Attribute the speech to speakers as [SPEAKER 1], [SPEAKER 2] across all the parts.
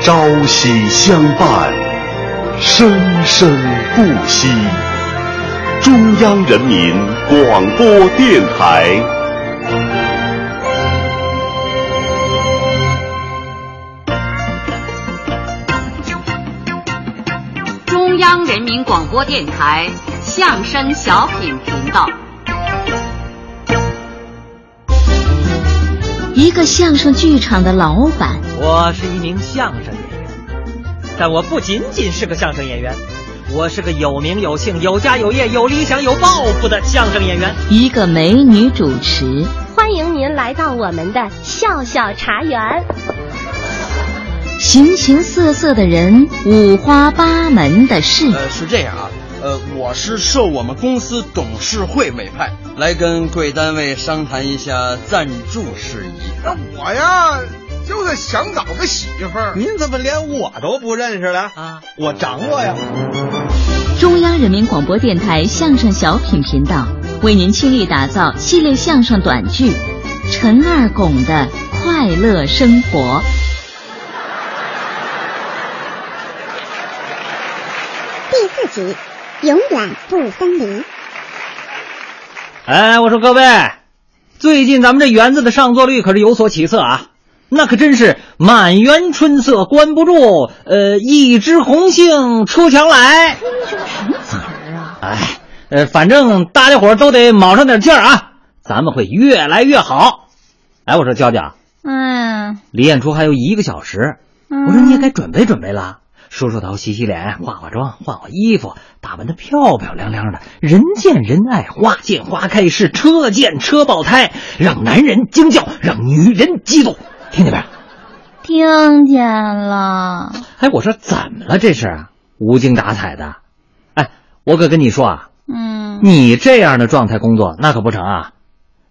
[SPEAKER 1] 朝夕相伴，生生不息。中央人民广播电台。
[SPEAKER 2] 中央人民广播电台相声小品频道。
[SPEAKER 3] 一个相声剧场的老板，
[SPEAKER 4] 我是一名相声演员，但我不仅仅是个相声演员，我是个有名有姓、有家有业、有理想、有抱负的相声演员。
[SPEAKER 3] 一个美女主持，
[SPEAKER 5] 欢迎您来到我们的笑笑茶园。
[SPEAKER 3] 形形色色的人，五花八门的事。
[SPEAKER 6] 呃，是这样啊，呃，我是受我们公司董事会委派，来跟贵单位商谈一下赞助事宜。
[SPEAKER 7] 那我呀，就是想找个媳妇儿。
[SPEAKER 8] 您怎么连我都不认识了
[SPEAKER 4] 啊？
[SPEAKER 8] 我掌握呀！
[SPEAKER 6] 嗯
[SPEAKER 3] 中央人民广播电台相声小品频道为您倾力打造系列相声短剧《陈二拱的快乐生活》。
[SPEAKER 9] 第四集，永远不分离。
[SPEAKER 4] 哎，我说各位，最近咱们这园子的上座率可是有所起色啊，那可真是满园春色关不住，呃，一枝红杏出墙来。
[SPEAKER 5] 这个什么词儿啊？
[SPEAKER 4] 哎，呃，反正大家伙儿都得卯上点劲儿啊，咱们会越来越好。哎，我说娇娇，
[SPEAKER 5] 嗯，
[SPEAKER 4] 离演出还有一个小时，我说你也该准备准备了，梳梳头、洗洗脸、化化妆、换换衣服，打扮的漂漂亮亮的，人见人爱，花见花开，是车见车爆胎，让男人惊叫，让女人激动，听见没？
[SPEAKER 5] 听见了。
[SPEAKER 4] 哎，我说怎么了这是？啊无精打采的。哎，我可跟你说啊，
[SPEAKER 5] 嗯，
[SPEAKER 4] 你这样的状态工作那可不成啊！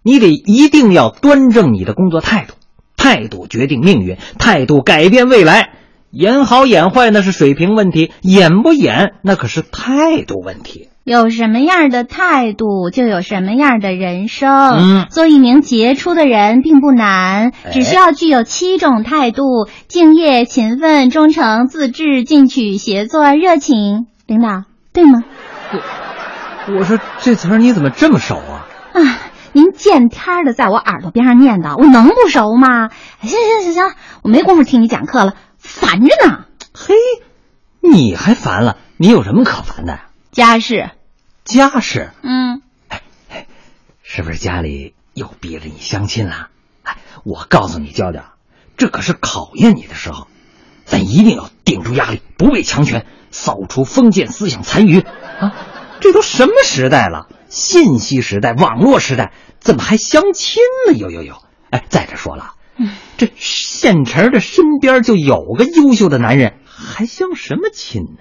[SPEAKER 4] 你得一定要端正你的工作态度，态度决定命运，态度改变未来。演好演坏那是水平问题，演不演那可是态度问题。
[SPEAKER 5] 有什么样的态度，就有什么样的人生。
[SPEAKER 4] 嗯
[SPEAKER 5] 做一名杰出的人并不难，哎只需要具有七种态度：敬业、勤奋、忠诚、自制、进取、协作、热情。领导，对吗？
[SPEAKER 4] 我说这词儿你怎么这么熟啊？
[SPEAKER 5] 啊，您见天儿的在我耳朵边上念叨，我能不熟吗？哎行行行行，我没工夫听你讲课了，烦着呢。
[SPEAKER 4] 嘿，你还烦了？你有什么可烦的？
[SPEAKER 5] 家事，
[SPEAKER 4] 家事
[SPEAKER 5] 嗯，
[SPEAKER 4] 是不是家里又逼着你相亲啦？哎，我告诉你，娇娇，这可是考验你的时候，咱一定要顶住压力，不畏强权，扫除封建思想残余啊！这都什么时代了？信息时代、网络时代，怎么还相亲呢？有有有！哎，再者说了，这现成的身边就有个优秀的男人，还相什么亲呢？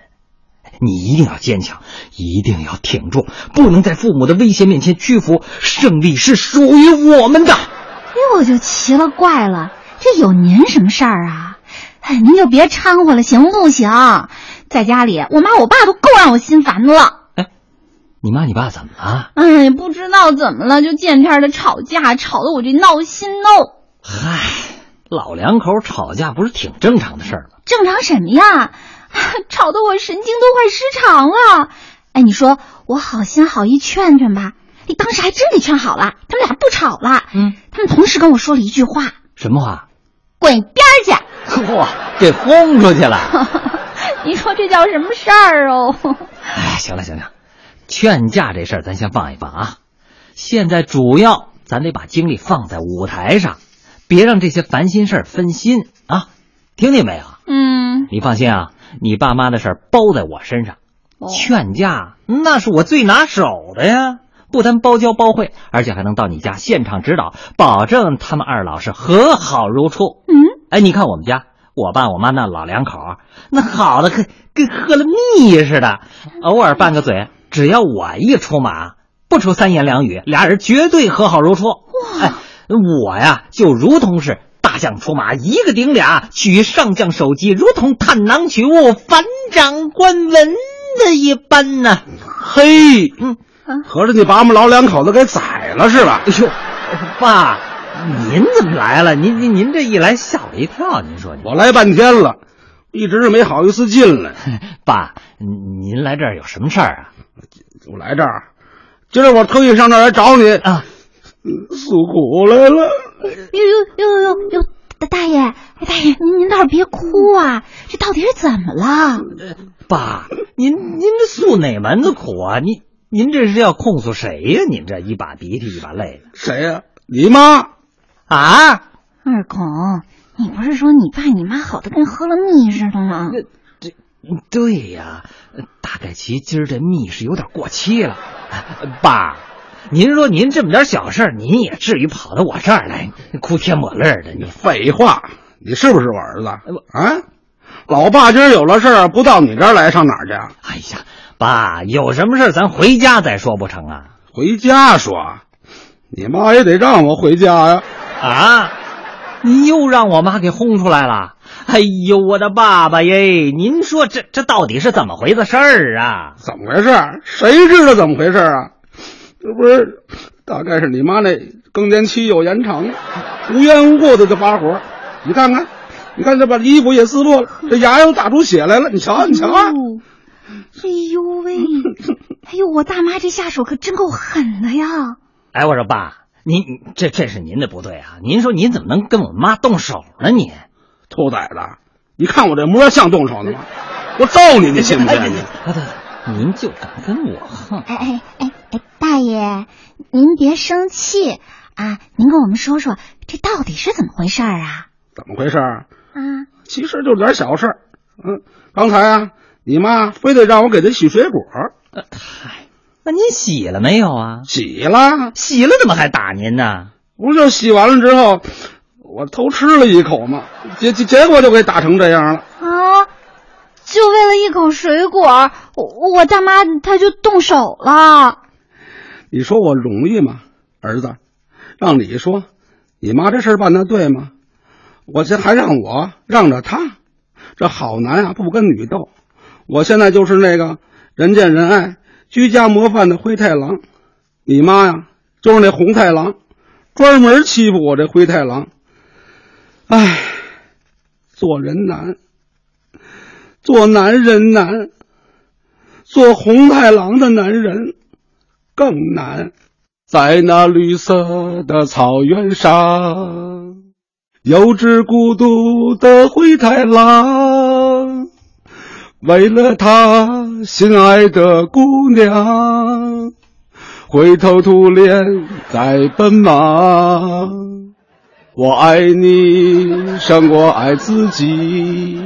[SPEAKER 4] 你一定要坚强，一定要挺住，不能在父母的威胁面前屈服。胜利是属于我们的。
[SPEAKER 5] 哎，我就奇了怪了，这有您什么事儿啊？哎，您就别掺和了，行不行？在家里，我妈我爸都够让我心烦的了。
[SPEAKER 4] 你妈你爸怎么了？
[SPEAKER 5] 哎，不知道怎么啊了，就见天儿的吵架，啊吵得我这闹心哦。
[SPEAKER 4] 嗨，老两口吵架不是挺正常的事儿吗？
[SPEAKER 5] 正常什么呀？ 吵得我神经都快失常了。哎，你说我好心好意劝劝吧，你当时还真给劝好了，他们俩不吵了。
[SPEAKER 4] 嗯，
[SPEAKER 5] 他们同时跟我说了一句话
[SPEAKER 4] 什么话？：“
[SPEAKER 5] 滚一边儿去
[SPEAKER 4] 嚯，给轰出去了！！”
[SPEAKER 5] 你说这叫什么事儿哦？
[SPEAKER 4] 哎，行了行了，劝架这事儿咱先放一放啊。现在主要咱得把精力放在舞台上，别让这些烦心事儿分心啊。听见没有？
[SPEAKER 5] 嗯，
[SPEAKER 4] 你放心啊，你爸妈的事儿包在我身上。
[SPEAKER 5] 哦
[SPEAKER 4] 劝架那是我最拿手的呀，不但包教包会，而且还能到你家现场指导，保证他们二老是和好如初。
[SPEAKER 5] 嗯，
[SPEAKER 4] 哎，你看我们家，我爸我妈那老两口儿，那好的跟跟喝了蜜似
[SPEAKER 5] 哎
[SPEAKER 4] 的，偶尔拌个嘴，只要我一出马，不出三言两语，俩人绝对和好如初。哎，我呀就如同是。大象出马，一个顶俩，取上将首级，如同探囊取物，反掌观文的一般呢。
[SPEAKER 8] 嘿，
[SPEAKER 4] 嗯，
[SPEAKER 8] 合着你把我们老两口子给宰了是吧？
[SPEAKER 4] 哎呦， 爸，您怎么来了？您您您这一来吓我一跳，您说您
[SPEAKER 8] 我来半天了，一直没好意思进来。
[SPEAKER 4] 爸，您来这儿有什么事儿啊？
[SPEAKER 8] 我来这儿，今儿我特意上这儿来找你嗯
[SPEAKER 4] 啊，
[SPEAKER 8] 诉苦来了。
[SPEAKER 5] 呦呦呦呦呦，大大爷，哎大爷，您您倒是别哭啊，这到底是怎么了？
[SPEAKER 4] 爸，您您这诉哪门子苦啊？您您这是要控诉谁呀、您这一把鼻涕一把泪的
[SPEAKER 8] 谁呀、你妈。
[SPEAKER 4] 啊？
[SPEAKER 5] 二狗，你不是说你爸你妈好的跟喝了蜜似的吗？
[SPEAKER 4] 对呀、大概其今儿这蜜是有点过期了。爸，您说您这么点小事儿，您也至于跑到我这儿来哭天抹泪儿的？你
[SPEAKER 8] 废话，你是不是我儿子
[SPEAKER 4] 我
[SPEAKER 8] 啊？老爸今儿有了事儿，不到你这儿来，上哪儿去啊？
[SPEAKER 4] 哎呀，爸，有什么事儿咱回家再说不成啊？
[SPEAKER 8] 回家说，你妈也得让我回家呀、
[SPEAKER 4] 啊，你又让我妈给轰出来了！哎呦，我的爸爸耶！您说这这到底是怎么回子事儿啊？
[SPEAKER 8] 怎么回事儿？谁知道怎么回事儿啊？这不是，大概是你妈那更年期又延长了，无缘无故的就发火。你看看，你看这把衣服也撕破了，这牙又打出血来了。你瞧，你瞧啊，
[SPEAKER 5] 哦哎呦 喂！哎呦，我大妈这下手可真够狠的呀！
[SPEAKER 4] 哎，我说爸，您这这是您的不对啊！您说您怎么能跟我妈动手呢？你，
[SPEAKER 8] 兔崽子！你看我这模样像动手的吗？我揍你，你信不信？
[SPEAKER 4] 哎对您就敢跟我横？
[SPEAKER 5] 哎哎哎哎，大爷，您别生气啊！您跟我们说说，这到底是怎么回事儿啊？
[SPEAKER 8] 怎么回事儿？
[SPEAKER 5] 啊，
[SPEAKER 8] 其实就点小事儿。嗯，刚才啊，你妈非得让我给她洗水果，
[SPEAKER 4] 嗨，那您洗了没有啊？
[SPEAKER 8] 洗了，
[SPEAKER 4] 洗了怎么还打您呢？
[SPEAKER 8] 不就洗完了之后，我偷吃了一口嘛，结结结果就给打成这样了。
[SPEAKER 5] 啊！就为了一口水果，我我大妈她就动手了。
[SPEAKER 8] 你说我容易吗，儿子？让你说，你妈这事儿办的对吗？我这还让我让着她，这好男啊，不跟女斗。我现在就是那个人见人爱、居家模范的灰太狼，你妈呀，就是那红太狼，专门欺负我这灰太狼。唉，做人难，做男人难，做红太狼的男人。更难。在那绿色的草原上，有只孤独的灰太狼，为了他心爱的姑娘，灰头土脸在奔忙。我爱你胜过爱自己，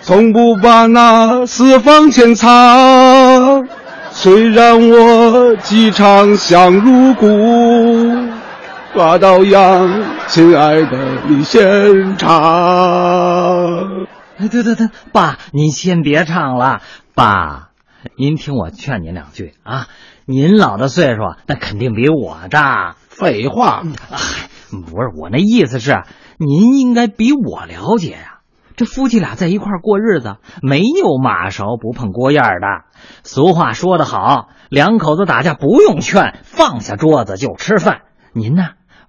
[SPEAKER 8] 从不把那四方潜藏。虽然我饥肠想入骨，抓到羊，亲爱的你先尝。
[SPEAKER 4] 哎，对对对，爸，您先别唱了，爸，您听我劝您两句啊。您老的岁数那肯定比我大，
[SPEAKER 8] 废话，
[SPEAKER 4] 哎，不是我那意思是，您应该比我了解呀、这夫妻俩在一块儿过日子，没有马勺不碰锅沿儿的。俗话说得好，两口子打架不用劝，放下桌子就吃饭。您呢，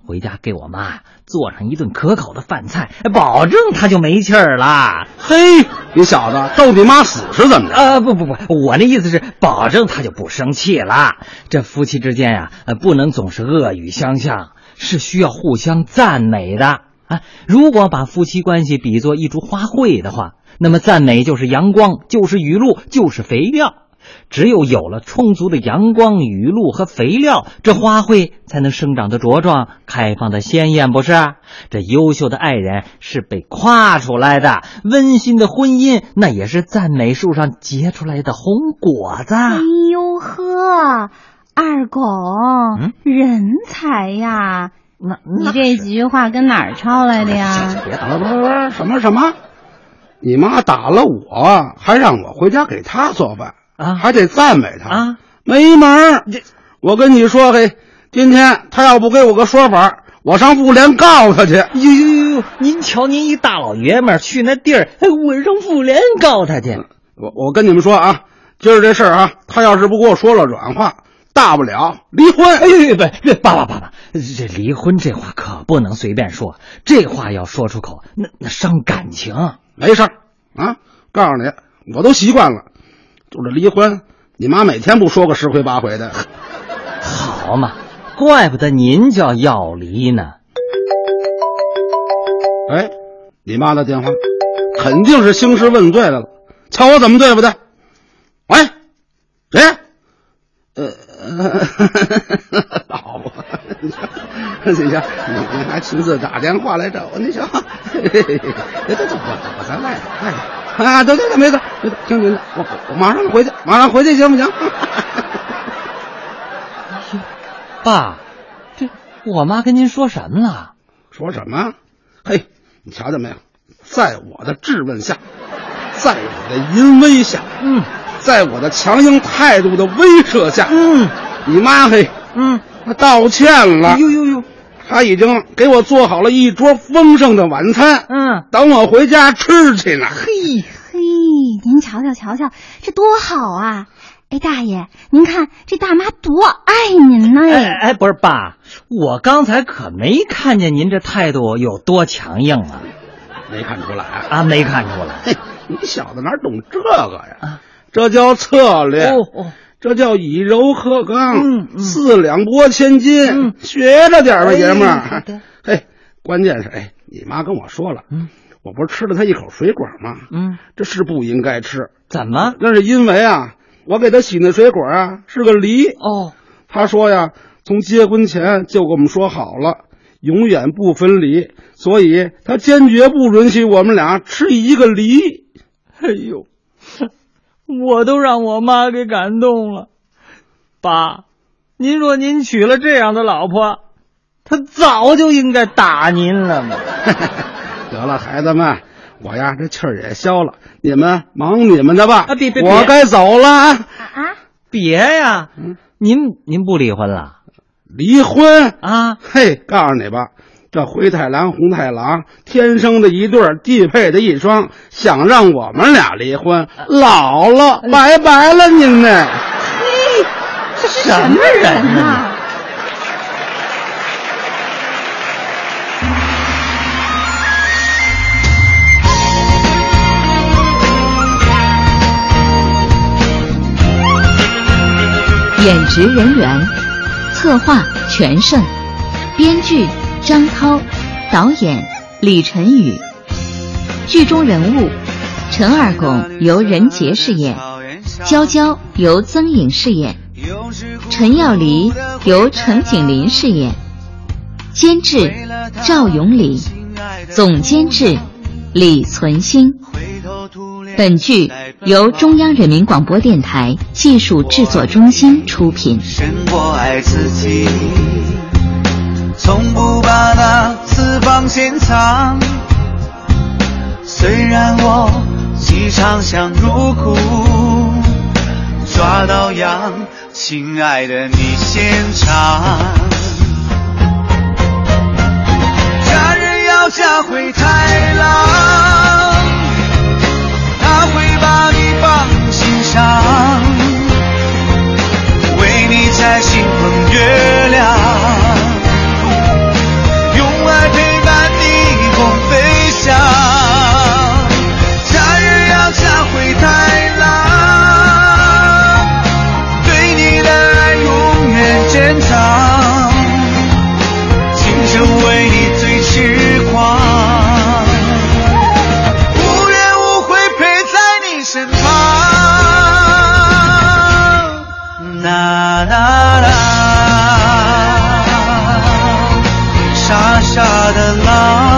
[SPEAKER 4] 回家给我妈呀做上一顿可口的饭菜，保证她就没气儿了。
[SPEAKER 8] 嘿，你小子咒你妈死是怎么着？
[SPEAKER 4] 啊，不不不，我那意思是保证他就不生气了。这夫妻之间呀、呃，不能总是恶语相向，是需要互相赞美的啊。如果把夫妻关系比作一株花卉的话，那么赞美就是阳光，就是雨露，就是肥料。只有有了充足的阳光、雨露和肥料，这花卉才能生长的茁壮、开放的鲜艳，不是？这优秀的爱人是被夸出来的，温馨的婚姻那也是赞美树上结出来的红果子。
[SPEAKER 5] 哎呦呵，二狗，
[SPEAKER 4] 嗯
[SPEAKER 5] 人才呀！
[SPEAKER 4] 那
[SPEAKER 5] 你这几句话跟哪儿抄来的呀？
[SPEAKER 4] 别打
[SPEAKER 8] 啊不不不，什么什么？你妈打了我，还让我回家给她做饭，
[SPEAKER 4] 啊
[SPEAKER 8] 还得赞美她
[SPEAKER 4] 啊！
[SPEAKER 8] 没门儿
[SPEAKER 4] 这！
[SPEAKER 8] 我跟你说，嘿，今天她要不给我个说法，我上妇联告她去。
[SPEAKER 4] 呦呦呦呦！您瞧，您一大老爷们儿去那地儿，哎，我上妇联告他
[SPEAKER 8] 呃
[SPEAKER 4] 去。
[SPEAKER 8] 我我跟你们说啊，今儿这事儿啊，他要是不给我说了软话，大不了离婚。
[SPEAKER 4] 哎呦，不，这爸爸爸爸，这离婚这话可不能随便说，这话要说出口，那那伤感情。
[SPEAKER 8] 没事儿，啊！告诉你，我都习惯了，就这离婚，你妈每天不说个十回八回的。
[SPEAKER 4] 好嘛，怪不得您叫要离呢。
[SPEAKER 8] 哎，你妈的电话，肯定是兴师问罪来了，瞧我怎么对付她！喂，谁？呃， 老婆， 你瞧，你还亲自打电话来找我，你瞧， 嘿嘿嘿得得得，我我咱赖着赖着啊，得得得，没事，没事听您的，我我马上回去，马上回去行不 行？
[SPEAKER 4] 爸，这我妈跟您说什么了？
[SPEAKER 8] 说什么？嘿，你瞧见没有？在我的质问下，在我的淫威下，
[SPEAKER 4] 嗯，
[SPEAKER 8] 在我的强硬态度的威慑下，
[SPEAKER 4] 嗯，
[SPEAKER 8] 你妈嘿，
[SPEAKER 4] 嗯，
[SPEAKER 8] 她道歉了，
[SPEAKER 4] 哎呦呦呦，
[SPEAKER 8] 她已经给我做好了一桌丰盛的晚餐，
[SPEAKER 4] 嗯，
[SPEAKER 8] 等我回家吃去呢。
[SPEAKER 5] 嘿嘿，您瞧瞧瞧瞧，这多好啊！哎，大爷，您看这大妈多爱您呢！
[SPEAKER 4] 哎哎，不是爸，我刚才可没看见您这态度有多强硬啊！
[SPEAKER 8] 没看出来啊，
[SPEAKER 4] 啊，没看出来。
[SPEAKER 8] 嘿，你小子哪懂这个呀？这叫策略。
[SPEAKER 4] 啊哦哦，
[SPEAKER 8] 这叫以柔克刚
[SPEAKER 4] 嗯，嗯
[SPEAKER 8] 四两拨千斤，
[SPEAKER 4] 嗯
[SPEAKER 8] 学着点儿吧，
[SPEAKER 4] 哎
[SPEAKER 8] 爷们
[SPEAKER 4] 好
[SPEAKER 8] 儿
[SPEAKER 4] 的。
[SPEAKER 8] 嘿，关键是，哎，你妈跟我说了，
[SPEAKER 4] 嗯
[SPEAKER 8] 我不是吃了她一口水果吗？
[SPEAKER 4] 嗯，
[SPEAKER 8] 这是不应该吃，
[SPEAKER 4] 怎么？
[SPEAKER 8] 那是因为啊，我给她洗那水果啊是个梨，
[SPEAKER 4] 哦，
[SPEAKER 8] 她说呀，从结婚前就跟我们说好了。永远不分离，所以她坚决不允许我们俩吃一个梨。
[SPEAKER 4] 哎呦，我都让我妈给感动了。爸，您说您娶了这样的老婆，她早就应该打您了 嘛。
[SPEAKER 8] 得了，孩子们，我呀这气儿也消了，你们忙你们的吧，
[SPEAKER 4] 啊别别别
[SPEAKER 8] 我该走了啊！
[SPEAKER 5] 啊，
[SPEAKER 4] 别呀，您您不离婚了
[SPEAKER 8] 离婚，
[SPEAKER 4] 啊？
[SPEAKER 8] 嘿，告诉你吧，这灰太狼、红太狼天生的一对儿，地配的一双，想让我们俩离婚，老了，拜拜了您呢。
[SPEAKER 4] 这什么人啊呢、
[SPEAKER 3] 演职人员，策划全胜，编剧张涛，导演李晨宇。剧中人物，陈二拱由任杰饰演，娇娇由曾颖饰演，陈耀黎由陈景林饰演，监制赵永礼，总监制李存兴。本剧由中央人民广播电台技术制作中心出品。
[SPEAKER 10] 胜过爱自己，从不把那私房钱藏。虽然我时常想入库，抓到羊，亲爱的你先尝。假日要嫁灰太狼，他会把你放心上。为你摘星捧月亮，用爱陪伴你共飞翔。假日要嫁灰太狼，对你的爱永远坚强，今生为你最痴狂，无怨无悔陪在你身旁。啦啦啦，傻傻的狼，